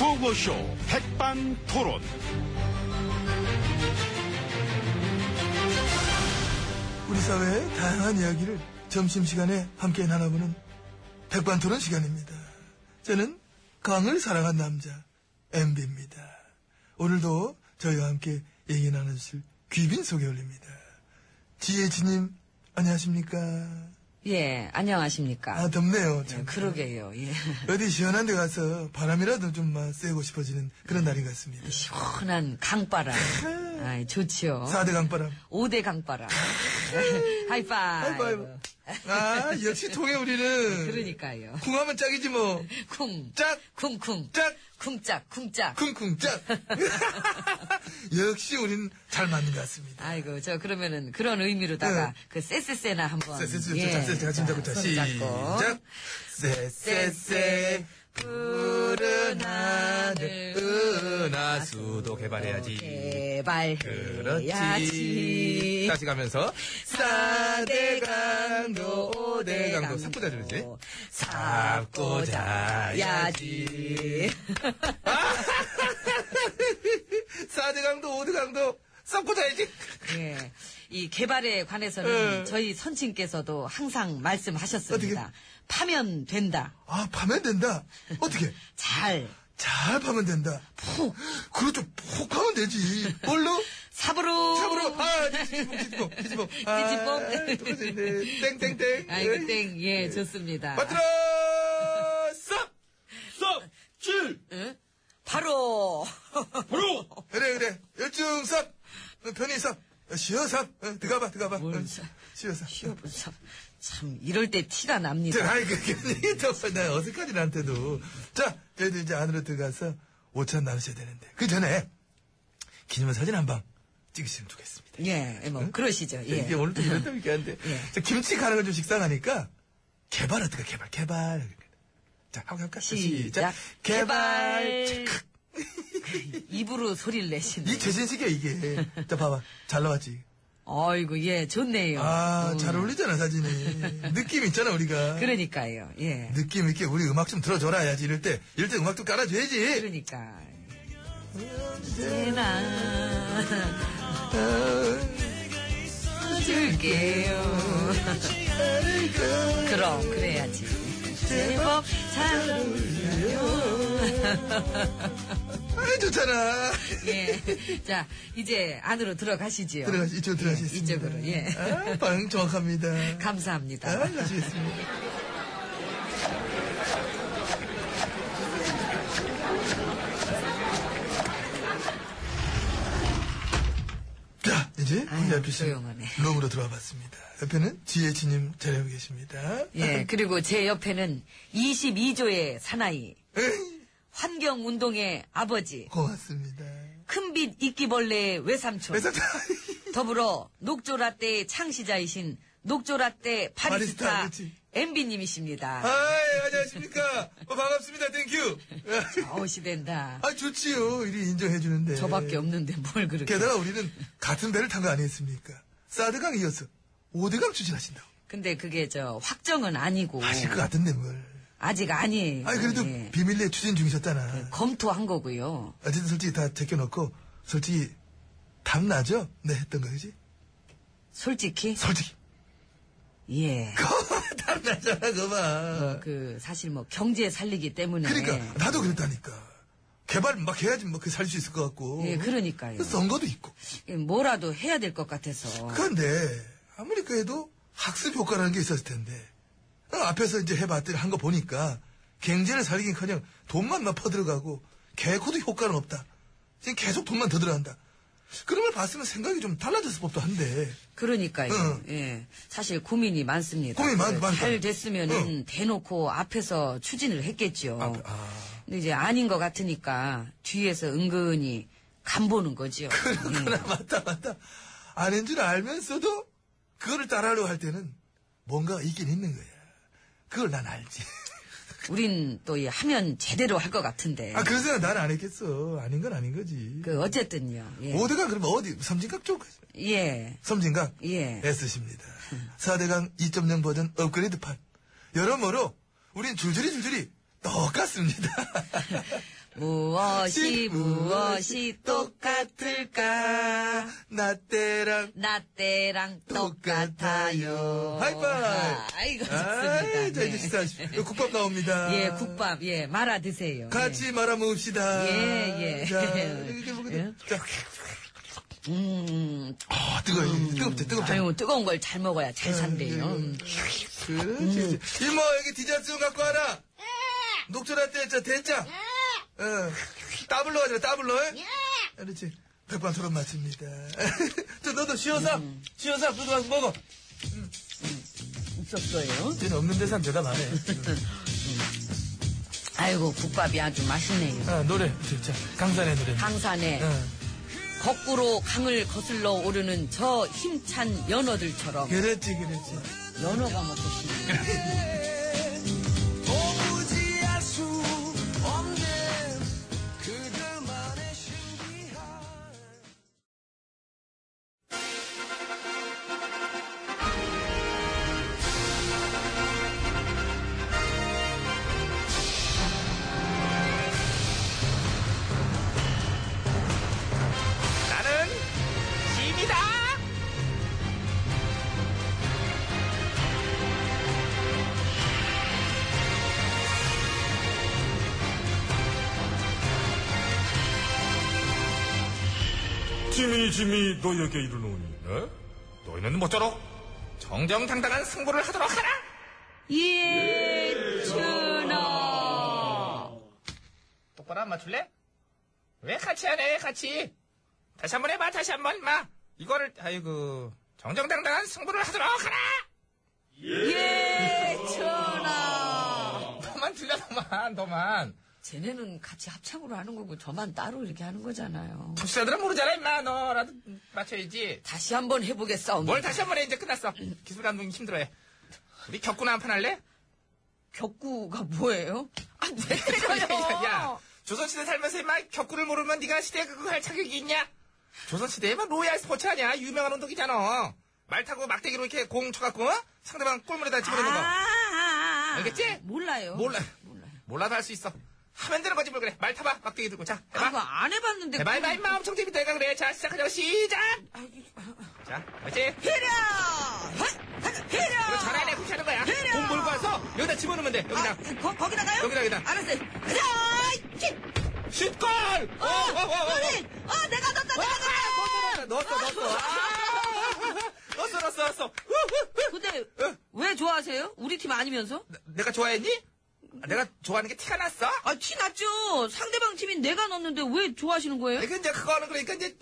라디오쇼 백반토론. 우리 사회의 다양한 이야기를 점심시간에 함께 나눠보는 백반토론 시간입니다. 저는 강을 사랑한 남자 MB입니다. 오늘도 저희와 함께 얘기 나눠주실 귀빈 소개 올립니다. 지혜진님 안녕하십니까? 예, 안녕하십니까. 아 덥네요. 참. 그러게요, 예. 어디 시원한 데 가서 바람이라도 좀 막 쐬고 싶어지는 그런 날인 것 같습니다. 네. 시원한 강바람. 아이, 좋지요. 사대 강바람. 오 대 강바람. 하이파이브. 하이파이브. 아 역시 통해 우리는. 그러니까요. 궁하면 짝이지 뭐. 쿵. 짝. 쿵쿵. 짝. 쿵짝, 쿵짝. 쿵쿵 짝. 역시 우린 잘 맞는 것 같습니다. 아이고, 저 그러면은 그런 의미로다가 네. 그 쎄쎄쎄나 한번. 예. 쎄쎄쎄 제가 진짜 붙자 시작. 쎄쎄쎄 푸른 하늘 아, 은하수도 개발해야지. 음. 개발. 그렇지. 다시 가면서 사대강도 오대강도 어. 삽고자 줘야지. 삽고자야지. 사대강도 오대강도 삽고자야지. 예. 이 개발에 관해서는 예. 저희 선친께서도 항상 말씀하셨습니다. 어떻게? 파면 된다. 아 파면 된다. 어떻게? 잘. 잘 파면 된다. 푹. 그렇죠. 푹 파면 되지. 뭘로? 삽으로. 탑으로 아 뒤집어 뒤집어 뒤집어 뒤집어. 뒤집어 땡땡땡 아이, 그 땡. 예, 좋습니다. 맞들어 쌉쌉질 응? 바로. 바로 그래 그래 열중 쌉 어, 편히 쌉 어, 쉬어 쌉 어, 들어가봐 들어가봐 뭘 어, 쌉? 쉬어 쌉 시어분 참, 참, 이럴 때 티가 자, 납니다. 아이, 그, 그, 그, 나 어색하지, 나한테도. 자, 저희도 이제 안으로 들어가서 오찬 나누셔야 되는데. 그 전에, 기념 사진 한 방 찍으시면 좋겠습니다. 예, 뭐, 그러시죠. 자, 예. 이게 오늘도 이랬다 이게 한데. 예. 자, 김치 가는 걸 좀 식상하니까 개발 어떡해 개발 개발. 자 하고 할까? 시작. 개발. 착. 입으로 소리를 내시네. 이 최신식이야 이게. 자 봐봐 잘 나왔지. 아이고, 예, 좋네요. 음. 아잘 어울리잖아 사진이. 느낌 있잖아 우리가. 그러니까요, 예. 느낌 있게 우리 음악 좀 들어줘라 해야지 이럴 때 이럴 때 음악 좀 깔아줘야지. 그러니까. 언제나 줄게요. 그럼, 그래야지. 제법 잘 아 좋잖아. 어. 예. 자, 이제 안으로 들어가시지요. 들어가시 이쪽으로 들어가시겠습니다. 이쪽으로, 예. 아, 반응 정확합니다. 감사합니다. 아, 가시겠습니다. 자, 이제 아유, 우리 앞에 있는 조용하네. 룸으로 들어와 봤습니다. 옆에는 지혜진님 자리하고 계십니다. 예, 그리고 제 옆에는 22조의 사나이, 에이, 환경운동의 아버지, 고맙습니다. 큰빛 이끼벌레의 외삼촌, 회사 다 더불어 녹조라떼의 창시자이신 녹조라떼 바리스타, 파리스타 그치. 엠비님이십니다. 아이, 안녕하십니까. 어, 반갑습니다. 땡큐. 어시된다. 아, 좋지요. 이리 인정해주는데. 저밖에 없는데 뭘 그렇게. 게다가 우리는 같은 배를 탄 거 아니겠습니까? 사드강 이어서 오드강 추진하신다고. 근데 그게 저 확정은 아니고 아실 것 같은데 뭘. 아직 아니에요. 아니 그래도 예. 비밀리에 추진 중이셨잖아. 검토한 거고요. 어쨌든 솔직히 다 제껴놓고 솔직히 탐나죠? 네 했던 거지? 솔직히 솔직히. 예. 그 탐나잖아 그거 봐. 그 사실 뭐 경제 살리기 때문에 그러니까 나도 그랬다니까. 개발 막 해야지 뭐 그 살 수 있을 것 같고. 예, 그러니까요. 선거도 있고. 예, 뭐라도 해야 될 것 같아서 그런데 아무리 그래도 학습 효과라는 게 있었을 텐데 어, 앞에서 이제 해봤더니 한 거 보니까 경제를 살리긴커녕 돈만 막 퍼들어가고 개코도 효과는 없다. 지금 계속 돈만 더 들어간다. 그런 걸 봤으면 생각이 좀 달라졌을 법도 한데 그러니까요. 응. 예. 사실 고민이 많습니다. 고민이 많- 그 많다. 잘 됐으면은 대놓고 앞에서 추진을 했겠죠. 앞에- 아. 근데 이제 아닌 것 같으니까 뒤에서 은근히 간 보는 거죠. 그러나 음. 맞다 맞다 아닌 줄 알면서도 그거를 따라하려고 할 때는 뭔가 있긴 있는 거야. 그걸 난 알지. 예. 우린 또 이 하면 제대로 할 것 같은데. 아 그런 생각 난 안 했겠어. 아닌 건 아닌 거지. 그 어쨌든요. 예. 모두가 그러면 어디 섬진각 쪽 예. 섬진강 예. 애쓰십니다. 4대강 2.0 버전 업그레이드판. 여러모로 우린 줄줄이 줄줄이 똑같습니다. 무엇이 무엇이 똑같을까? 나 때랑 나 때랑 똑같아요. 하이파이. 아이고, 아이, 좋습니다. 자, 이제 네. 식사하십시오. 국밥 나옵니다. 예, 국밥, 예, 말아 드세요. 같이 말아 먹읍시다. 예, 예. 자, 이렇게 먹으면. 자, 예. 음, 아, 뜨거워. 뜨겁죠, 뜨겁죠. 아유, 뜨거운 걸 잘 먹어야 잘 산대요. 음. 그렇지. 그렇지. 이모, 뭐, 여기 디저트 좀 갖고 와라. 녹조라떼, 자, 된장. 어. 따블로 하자, 따블로. 그렇지. 백반 토론 마칩니다. 저, 너도 쉬어서, 쉬어서, 그거 와서 먹어. 없었어요. 쟤는 없는 데서 대답 안 해. 아이고, 국밥이 아주 맛있네요. 아, 노래. 자, 강산의 노래. 강산에 어. 거꾸로 강을 거슬러 오르는 저 힘찬 연어들처럼 그렇지, 그렇지. 연어가 먹고 싶네요. 나는 짐이다. 짐이 짐이 너에게 이르노니 네? 너희는 모쪼록 정정당당한 승부를 하도록 하라. 예준아. 똑바로 안 맞출래? 왜 같이 안 해? 같이. 다시 한번 해봐. 다시 한번 마. 이거를 아이고 정정당당한 승부를 하도록 하라. 예준아. 너만 들려 너만 너만. 쟤네는 같이 합창으로 하는 거고 저만 따로 이렇게 하는 거잖아요. 부스들은 모르잖아 임마. 너라도 맞춰야지. 다시 한번 해보겠사옵니다. 뭘 다시 한 번 해. 이제 끝났어. 기술 감독님 힘들어해. 우리 격구나 한 판 할래? 격구가 뭐예요? 아, 왜 야, 야, 때려요? 야. 조선시대 살면서 임마 격구를 모르면 네가 시대 그거 할 자격이 있냐? 조선시대에만 뭐 로얄 스포츠 아니야? 유명한 운동이잖아. 말 타고 막대기로 이렇게 공 쳐갖고 어? 상대방 골문에다 집어넣는 거. 아, 알겠지? 몰라요. 몰라. 몰라요. 몰라도 할 수 있어. 하면 되는 거지 뭘 그래. 말 타봐. 막대기 들고. 자, 해봐. 아이고, 안 해봤는데. 해봐, 그걸- 해봐, 임마. 엄청 재밌다. 이가 그래. 자, 시작하자. 시작! 자, 그렇지? 히려! 헛! 히려! 이거 어, 잘하네. 그렇게 하는 거야. 그래. 공 몰고 와서 여기다 집어넣으면 돼. 여기다. 아, 거, 거기다가요? 여기다, 여기다. 알았어요. 히려! 히! 슛골! 어, 어, 어, 어, 어. 머리! 어, 내가 넣었다, 내가 넣었다! 넣었어, 넣었어. 아, 넣었어, 넣었어, 넣었어. 후, 후, 후. 근데, 어. 왜 좋아하세요? 우리 팀 아니면서? 내가 좋아했니? 아, 내가 좋아하는 게 티가 났어? 아, 티 났죠? 상대방 팀인 내가 넣었는데 왜 좋아하시는 거예요? 이거 이제 그거 하는 거니까 이제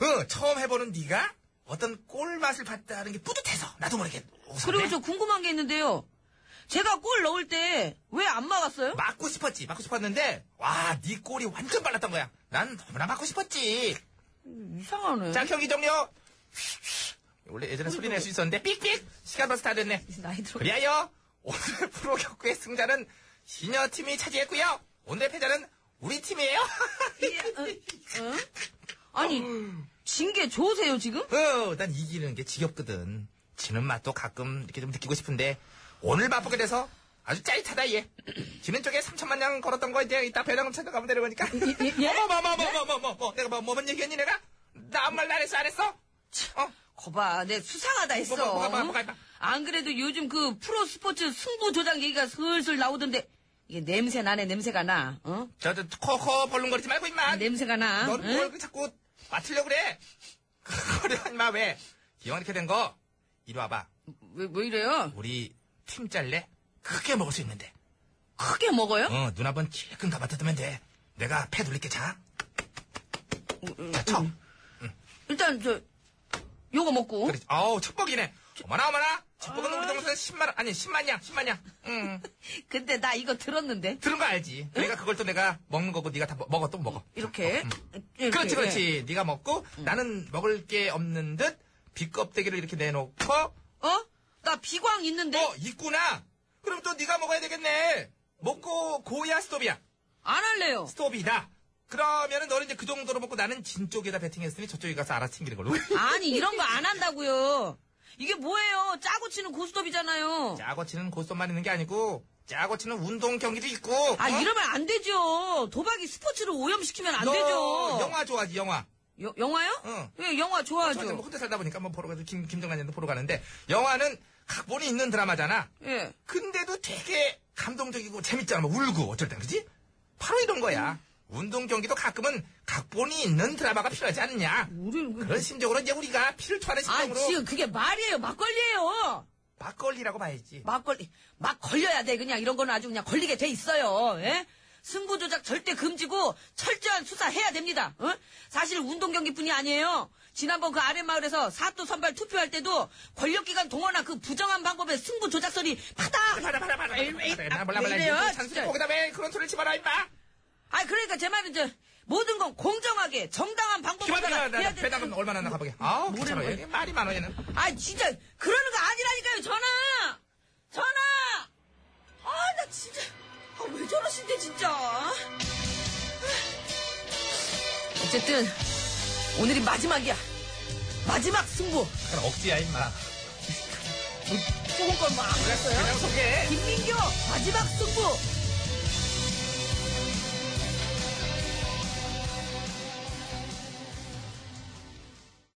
어, 처음 해보는 네가 어떤 꿀 맛을 봤다는 게 뿌듯해서 나도 모르게 웃었네. 그리고 저 궁금한 게 있는데요. 제가 골 넣을 때 왜 안 막았어요? 맞고 싶었지, 맞고 싶었는데 와, 네 꼴이 완전 빨랐던 거야. 난 너무나 맞고 싶었지. 이상하네. 자, 경기 종료. 원래 예전에 소리 낼 수 있었는데 삑삑 시간 벌써 다 됐네. 이제 나이 들어. 그리하여 오늘 프로 격구의 승자는 시녀 팀이 차지했고요. 오늘의 패자는 우리 팀이에요. 응? 예, 어, 아니, 진 게 좋으세요, 지금? 어, 난 이기는 게 지겹거든. 지는 맛도 가끔 이렇게 좀 느끼고 싶은데 오늘 맛보게 돼서 아주 짜릿하다 얘. 지는 쪽에 3천만 냥 걸었던 거 이제 이따 배당금 찾아가면 되는 거니까. 어, 뭐, 예, 예? 어머머머머머머머 내가 뭐 뭔 얘기했니 내가? 나 아무 말안 했어 안 했어? 어? 거봐, 내 수상하다 했어. 뭐가, 뭐가, 뭐가, 뭐가 있나? 안 그래도 요즘 그 프로 스포츠 승부 조작 얘기가 슬슬 나오던데, 이게 냄새 나네, 냄새가 나, 어? 저저 코코 벌렁거리지 말고 임마. 냄새가 나. 아, 넌 아, 응? 뭘 그- 자꾸 맞추려고 그래? 그래 임마 왜? 기왕 이렇게 된 거 이리 와봐. 왜, 왜 이래요? 우리 팀 짤래? 크게 먹을 수 있는데. 크게 먹어요? 어, 눈 한번 찔끔 감아뜯으면 돼. 내가 패 돌릴게, 자. 자, 쳐. 일단, 저, 요거 먹고. 그렇지. 아우, 첩복이네. 어머나, 어머나. 첩복은 우리 동생 10만원, 아니, 10만이야, 10만이야. 응. 근데 나 이거 들었는데. 들은 거 알지? 그러니까 그걸 또 내가 먹는 거고, 네가 다 먹- 먹어, 또 먹어. 음. 이렇게. 이렇게. 그렇지, 그렇지. 네가 먹고, 나는 먹을 게 없는 듯, 비껍데기를 이렇게 내놓고, 어, 어? 나 비광 있는데? 있구나. 그럼 또 네가 먹어야 되겠네. 먹고, 고야, 스톱이야. 안 할래요. 스톱이다. 그러면은 너는 이제 그 정도로 먹고 나는 진 쪽에다 베팅했으니 저쪽에 가서 알아서 챙기는 걸로. 아니, 이런 거 안 한다고요. 이게 뭐예요? 짜고 치는 고스톱이잖아요. 짜고 치는 고스톱만 있는 게 아니고 짜고 치는 운동 경기도 있고. 아, 어? 이러면 안 되죠. 도박이 스포츠로 오염시키면 안 너 되죠. 영화 좋아하지, 영화. 요- 영화요? 응. 예, 영화 저한테 뭐 좋아하죠. 혼자 살다 보니까 한번 보러 가서 김, 김정관님도 보러 가는데, 영화는 각본이 있는 드라마잖아. 예. 근데도 되게 감동적이고 재밌잖아. 막 울고 어쩔 땐, 그지? 바로 이런 거야. 음. 운동 경기도 가끔은 각본이 있는 드라마가 필요하지 않느냐. 우리는 그- 그런 심정으로 이제 우리가 피를 토하는 아, 심정으로 지금 그게 말이에요. 막걸리예요. 막걸리라고 봐야지. 막걸리. 막 걸려야 돼. 그냥 이런 거는 아주 그냥 걸리게 돼 있어요. 예? 승부 조작 절대 금지고 철저한 수사해야 됩니다. 어? 사실 운동 경기뿐이 아니에요. 지난번 그 아랫마을에서 사또 선발 투표할 때도 권력기관 동원한 그 부정한 방법의 승부 조작설이 파닥! 아, 봐라, 봐라, 봐라. 몰라, 몰라. 왜 이제 이래요, 또 잔소리 진짜. 거기다 왜 그런 소리를 집어라, 임마. 아 그러니까 제 말은 저 모든 건 공정하게 정당한 방법으로 기만 해야 나, 나, 되는 배당은 어- 얼마나 나가보게. 아우, 뭐라는 귀찮아. 거야? 얘 말이 많아, 얘는. 아 진짜 그러는 거 아니라니까요 전화 전화 아 나 진짜 아, 왜 저러신데 진짜 어쨌든 오늘이 마지막이야 마지막 승부 그냥 억지야, 임마. 조금 건만 안 그냥 그랬어요 소개. 김민교 마지막 승부